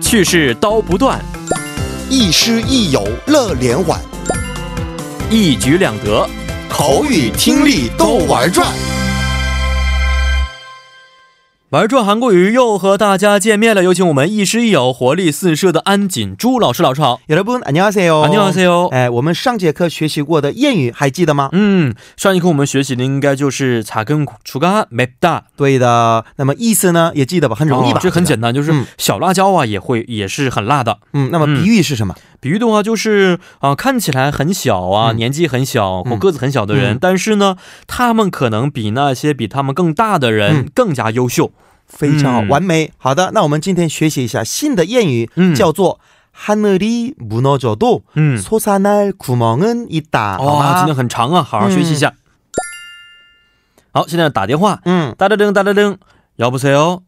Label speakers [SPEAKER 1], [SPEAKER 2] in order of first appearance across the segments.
[SPEAKER 1] 去世刀不断，
[SPEAKER 2] 亦师亦友乐连环，
[SPEAKER 1] 一举两得。
[SPEAKER 2] 口语听力都玩转。
[SPEAKER 1] 玩转韩国语又和大家见面了，有请我们亦师亦友、活力四射的安锦珠老师。老师好，啊
[SPEAKER 3] 여러분 안녕하세요.
[SPEAKER 1] 안녕하세요.
[SPEAKER 3] 哎，我们上节课学习过的谚语还记得吗？
[SPEAKER 1] 嗯，上一课我们学习的应该就是查根除嘎맵다，
[SPEAKER 3] 对的。那么意思呢也记得吧？很容易吧？
[SPEAKER 1] 哦这很简
[SPEAKER 3] 单。
[SPEAKER 1] 单，就是
[SPEAKER 3] 嗯
[SPEAKER 1] 小辣椒啊，也会也是很辣的。
[SPEAKER 3] 嗯，那么比喻是什么？
[SPEAKER 1] 比喻的话就是啊、看起来很小啊，
[SPEAKER 3] 嗯
[SPEAKER 1] 年纪很小或
[SPEAKER 3] 嗯
[SPEAKER 1] 个子很小的人、
[SPEAKER 3] 嗯
[SPEAKER 1] 但是呢，他们可能比那些比他们更大的人
[SPEAKER 3] 嗯
[SPEAKER 1] 更加优秀。
[SPEAKER 3] 非常好，
[SPEAKER 1] 嗯
[SPEAKER 3] 完美。好的，那我们今天学习一下新的谚语，
[SPEAKER 1] 嗯
[SPEAKER 3] 叫做“하늘이무너져도
[SPEAKER 1] 嗯，
[SPEAKER 3] 솟아날구멍은있다”，好
[SPEAKER 1] 哇，今
[SPEAKER 3] 吗
[SPEAKER 1] 天？很长啊，好好学习一下。好，现在打电话，
[SPEAKER 3] 嗯，
[SPEAKER 1] 따르릉 따르릉, 여보세요.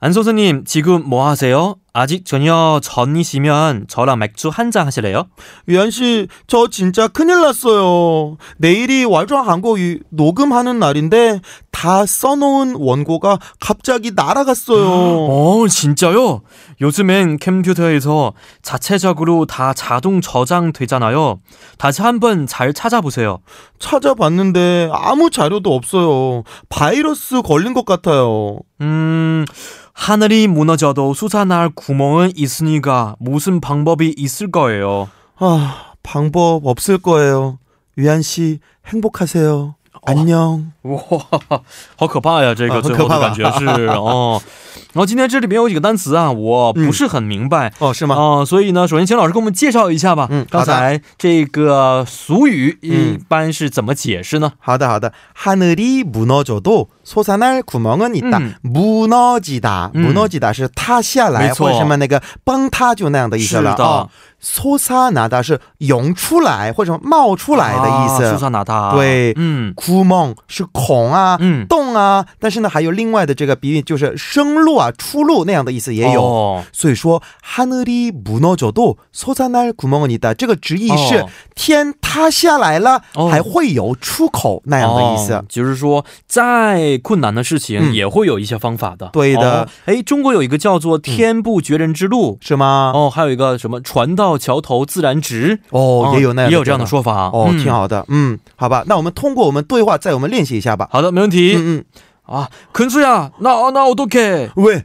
[SPEAKER 1] 안 선생님 지금 뭐 하세요? 아직 저녁 전이시면 저랑 맥주 한 잔 하실래요?
[SPEAKER 3] 연씨저진짜큰일났어요내일이왈전한국유녹음하는날인데다써놓은원고가갑자기날아갔어요
[SPEAKER 1] 어 진짜요? 요즘엔 컴퓨터에서 자체적으로 다 자동 저장되잖아요. 다시 한번 잘 찾아보세요.
[SPEAKER 3] 찾아봤는데 아무 자료도 없어요. 바이러스 걸린 것 같아요.
[SPEAKER 1] 음 하늘이 무너져도 솟아날 구멍은 있으니까 무슨 방법이 있을 거예요.
[SPEAKER 3] 아, 방법 없을 거예요. 위안 씨, 행복하세요. 안녕.
[SPEAKER 1] 哇，好可怕呀！这个
[SPEAKER 3] 啊
[SPEAKER 1] 最后
[SPEAKER 3] 很可怕
[SPEAKER 1] 的
[SPEAKER 3] 吧
[SPEAKER 1] 感觉是 哦，然后今天这里面有几个单词啊，我不是很明白
[SPEAKER 3] 어, 실망.
[SPEAKER 1] 啊、所以呢，首先请老师给我们介绍一下吧。
[SPEAKER 3] 嗯
[SPEAKER 1] 刚才这个俗语一
[SPEAKER 3] 嗯
[SPEAKER 1] 般是怎么解释呢？
[SPEAKER 3] 하다 하다. 하늘이 무너져도 솟아날 구멍은 있다.
[SPEAKER 1] 음.
[SPEAKER 3] 무너지다.
[SPEAKER 1] 음.
[SPEAKER 3] 무너지다. 是塌下来
[SPEAKER 1] 没错。
[SPEAKER 3] 或者什么那个崩塌就那样的意思了。
[SPEAKER 1] 是的。
[SPEAKER 3] 哦 솟아나다. 是涌出来或者冒出来的意思。
[SPEAKER 1] 啊苏萨拿达，
[SPEAKER 3] 对
[SPEAKER 1] 嗯
[SPEAKER 3] 구멍是孔啊，
[SPEAKER 1] 嗯
[SPEAKER 3] 洞啊，但是呢，还有另外的这个比喻，就是生路啊、出路那样的意思也有。
[SPEAKER 1] 哦
[SPEAKER 3] 所以说，하늘이무너져도솟아날구멍은있다这个直译是、
[SPEAKER 1] 哦
[SPEAKER 3] 天塌下来了、
[SPEAKER 1] 哦
[SPEAKER 3] 还会有出口那样的意思。
[SPEAKER 1] 哦就是说再困难的事情
[SPEAKER 3] 嗯
[SPEAKER 1] 也会有一些方法的。
[SPEAKER 3] 对的嗯
[SPEAKER 1] 哦哎、中国有一个叫做“天不绝人之路”，
[SPEAKER 3] 是吗？
[SPEAKER 1] 哦，还有一个什么“船到桥头自然直”，
[SPEAKER 3] 哦，也有那样
[SPEAKER 1] 也有这样的
[SPEAKER 3] 的
[SPEAKER 1] 说法
[SPEAKER 3] 哦，
[SPEAKER 1] 嗯
[SPEAKER 3] 挺好的，嗯，好吧，那我们通过我们对话，再我们练习一下吧。
[SPEAKER 1] 好的，没问题。
[SPEAKER 3] 嗯嗯，
[SPEAKER 1] 아, 근수야, 나, 나 어떡해.
[SPEAKER 3] 왜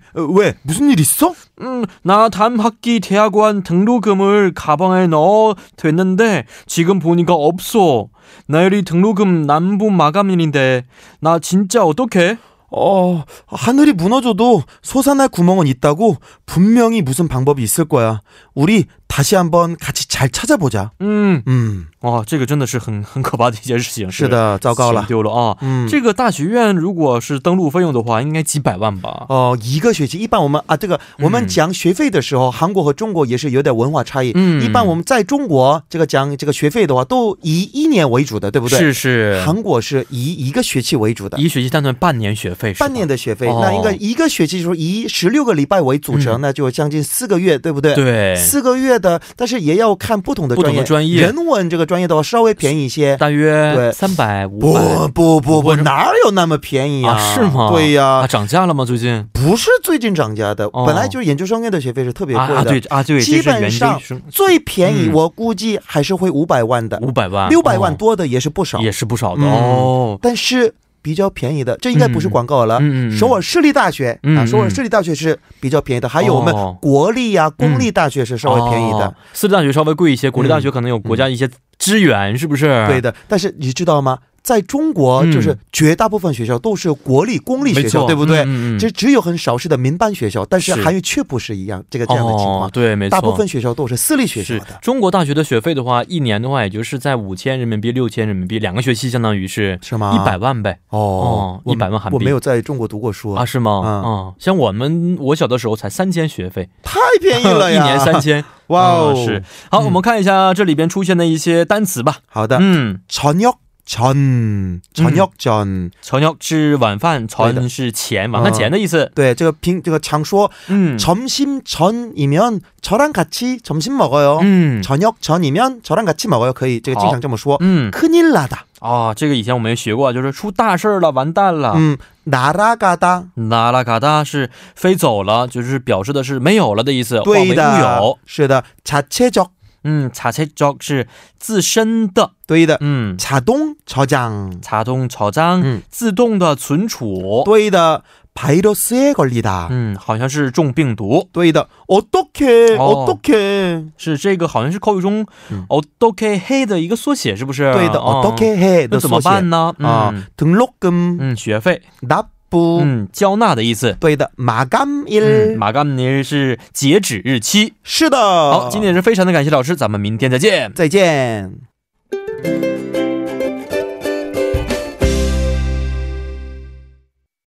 [SPEAKER 1] 呃
[SPEAKER 3] 왜무슨일있어？
[SPEAKER 1] 음, 나 다음 학기 대학원 등록금을 가방에 넣어 됐는데, 지금 보니까 없어. 내일이 등록금 남부 마감일인데, 나 진짜 어떡해?
[SPEAKER 3] 어, 哦 하늘이 무너져도 솟아날 구멍은 있다고 분명히 무슨 방법이 있을 거야. 우리 다시 한번 같이 잘 찾아보자.
[SPEAKER 1] 음,
[SPEAKER 3] 음,
[SPEAKER 1] 哇，这个真的是很很可怕的一件事情，
[SPEAKER 3] 是的，糟糕了。
[SPEAKER 1] 丢了啊！
[SPEAKER 3] 嗯，
[SPEAKER 1] 这个大学院如果是登录费用的话，应该几百万吧？
[SPEAKER 3] 哦，一个学期，一般我们啊，这个我
[SPEAKER 1] 嗯
[SPEAKER 3] 们讲学费的时候，韩国和中国也是有点文化差异。
[SPEAKER 1] 嗯
[SPEAKER 3] 一般我们在中国这个讲这个学费的话，都以一年为主的，对不对？。
[SPEAKER 1] 是是，
[SPEAKER 3] 韩国是以一个学期为主的。
[SPEAKER 1] 一学期单算半年学费，是吧
[SPEAKER 3] 半年的学费，
[SPEAKER 1] 哦嗯
[SPEAKER 3] 那应该一个学期就是以十六个礼拜为组成，那就将近四个月，对不对？
[SPEAKER 1] 对，
[SPEAKER 3] 四个月的，但是也要看不同的
[SPEAKER 1] 不同
[SPEAKER 3] 专
[SPEAKER 1] 的
[SPEAKER 3] 业。
[SPEAKER 1] 专业
[SPEAKER 3] 人文这个专业的话稍微便宜一些。
[SPEAKER 1] 大约
[SPEAKER 3] 对
[SPEAKER 1] 三百五
[SPEAKER 3] 不
[SPEAKER 1] 百。
[SPEAKER 3] 不不不，哪有那么便宜
[SPEAKER 1] 啊，是吗？
[SPEAKER 3] 对呀、
[SPEAKER 1] 啊，涨价了吗？最近
[SPEAKER 3] 不是最近涨价的，
[SPEAKER 1] 哦
[SPEAKER 3] 本来就是研究生院的学费是特别
[SPEAKER 1] 啊
[SPEAKER 3] 贵的，
[SPEAKER 1] 啊，对啊对，
[SPEAKER 3] 基
[SPEAKER 1] 这
[SPEAKER 3] 本
[SPEAKER 1] 是原
[SPEAKER 3] 上
[SPEAKER 1] 因是
[SPEAKER 3] 最便宜
[SPEAKER 1] 嗯
[SPEAKER 3] 我估计还是会五百万的，
[SPEAKER 1] 五百万，
[SPEAKER 3] 六百万
[SPEAKER 1] 哦
[SPEAKER 3] 多的也是不少，
[SPEAKER 1] 也是不少的
[SPEAKER 3] 嗯
[SPEAKER 1] 哦。
[SPEAKER 3] 但是比较便宜的，这应该不是广告了。啊
[SPEAKER 1] 嗯嗯嗯
[SPEAKER 3] 首尔市立大学、
[SPEAKER 1] 嗯
[SPEAKER 3] 啊，
[SPEAKER 1] 嗯
[SPEAKER 3] 首尔市立大学是比较便宜的，还有我
[SPEAKER 1] 哦
[SPEAKER 3] 们国立呀、公立大学是稍微便宜的。嗯
[SPEAKER 1] 哦，私立大学稍微贵一些，国立大学可能有国家一些支援，是不是？
[SPEAKER 3] 对的，但是你知道吗？在中国，
[SPEAKER 1] 嗯
[SPEAKER 3] 就是绝大部分学校都是国立、公立
[SPEAKER 1] 没错，
[SPEAKER 3] 学校，对不对？
[SPEAKER 1] 嗯嗯嗯
[SPEAKER 3] 这只有很少数的民办学校，但是
[SPEAKER 1] 是
[SPEAKER 3] 韩语却不是一样，这个这样的情况。
[SPEAKER 1] 哦对，没错，
[SPEAKER 3] 大部分学校都是私立学校
[SPEAKER 1] 是
[SPEAKER 3] 的。
[SPEAKER 1] 中国大学的学费的话，一年的话也就是在五千人民币、六千人民币，两个学期相当于是
[SPEAKER 3] 是吗？
[SPEAKER 1] 一百万呗。哦
[SPEAKER 3] 哦，我
[SPEAKER 1] 100万韩币
[SPEAKER 3] 我没有在中国读过书
[SPEAKER 1] 啊，，是吗？
[SPEAKER 3] 嗯
[SPEAKER 1] 嗯，像我们我小的时候才三千学费，
[SPEAKER 3] 太便宜 了
[SPEAKER 1] 一
[SPEAKER 3] 呀！
[SPEAKER 1] 年三，千，
[SPEAKER 3] 哇哦！
[SPEAKER 1] 嗯是，好，我们看一下这里边出现的一些单词吧。
[SPEAKER 3] 好的，
[SPEAKER 1] 嗯，
[SPEAKER 3] 저녁 전 저녁 전
[SPEAKER 1] 저녁是晚饭，전是前，
[SPEAKER 3] 嗯
[SPEAKER 1] 晚饭前的意思。
[SPEAKER 3] 对这个平这个常说
[SPEAKER 1] 嗯
[SPEAKER 3] 점심 전이면 저랑 같이 점심 먹어요.
[SPEAKER 1] 嗯
[SPEAKER 3] 저녁 전이면 저랑 같이 음. 먹어요. 음. 可以这个经常这么说。
[SPEAKER 1] 嗯
[SPEAKER 3] 큰일 나다.
[SPEAKER 1] 啊，这个以前我们也学过，就是出大事儿了，完蛋了。
[SPEAKER 3] 음, 날아가다.
[SPEAKER 1] 那拉嘎达是飞走了，就是表示的是没有了的意思，化为乌
[SPEAKER 3] 对的.
[SPEAKER 1] 有。
[SPEAKER 3] 是的. 자체적.
[SPEAKER 1] 嗯，자체적是自身的，
[SPEAKER 3] 对的.
[SPEAKER 1] 嗯，
[SPEAKER 3] 자동 저장.
[SPEAKER 1] 자동저장、
[SPEAKER 3] 嗯
[SPEAKER 1] 自动的存
[SPEAKER 3] 어.
[SPEAKER 1] 储，
[SPEAKER 3] 对的. 바이러스에 걸리다.
[SPEAKER 1] 嗯，好像是中病毒，
[SPEAKER 3] 对的. 어떻게?
[SPEAKER 1] 어.
[SPEAKER 3] 어. 떻게
[SPEAKER 1] 是这个好像是口语中
[SPEAKER 3] 嗯
[SPEAKER 1] 어떻게嘿的一个缩写，是不是？哦
[SPEAKER 3] 对的. 어. 떻게 해?
[SPEAKER 1] 那怎么办呢？
[SPEAKER 3] 啊
[SPEAKER 1] 嗯
[SPEAKER 3] 등록금,
[SPEAKER 1] 嗯，学费，
[SPEAKER 3] 납부.
[SPEAKER 1] 嗯，交纳的意思。
[SPEAKER 3] 对的. 음. 마감일.
[SPEAKER 1] 嗯，马甘尼是截止日期。
[SPEAKER 3] 是的。
[SPEAKER 1] 好，今天也是非常的感谢老师，咱们明天再见。
[SPEAKER 3] 再见。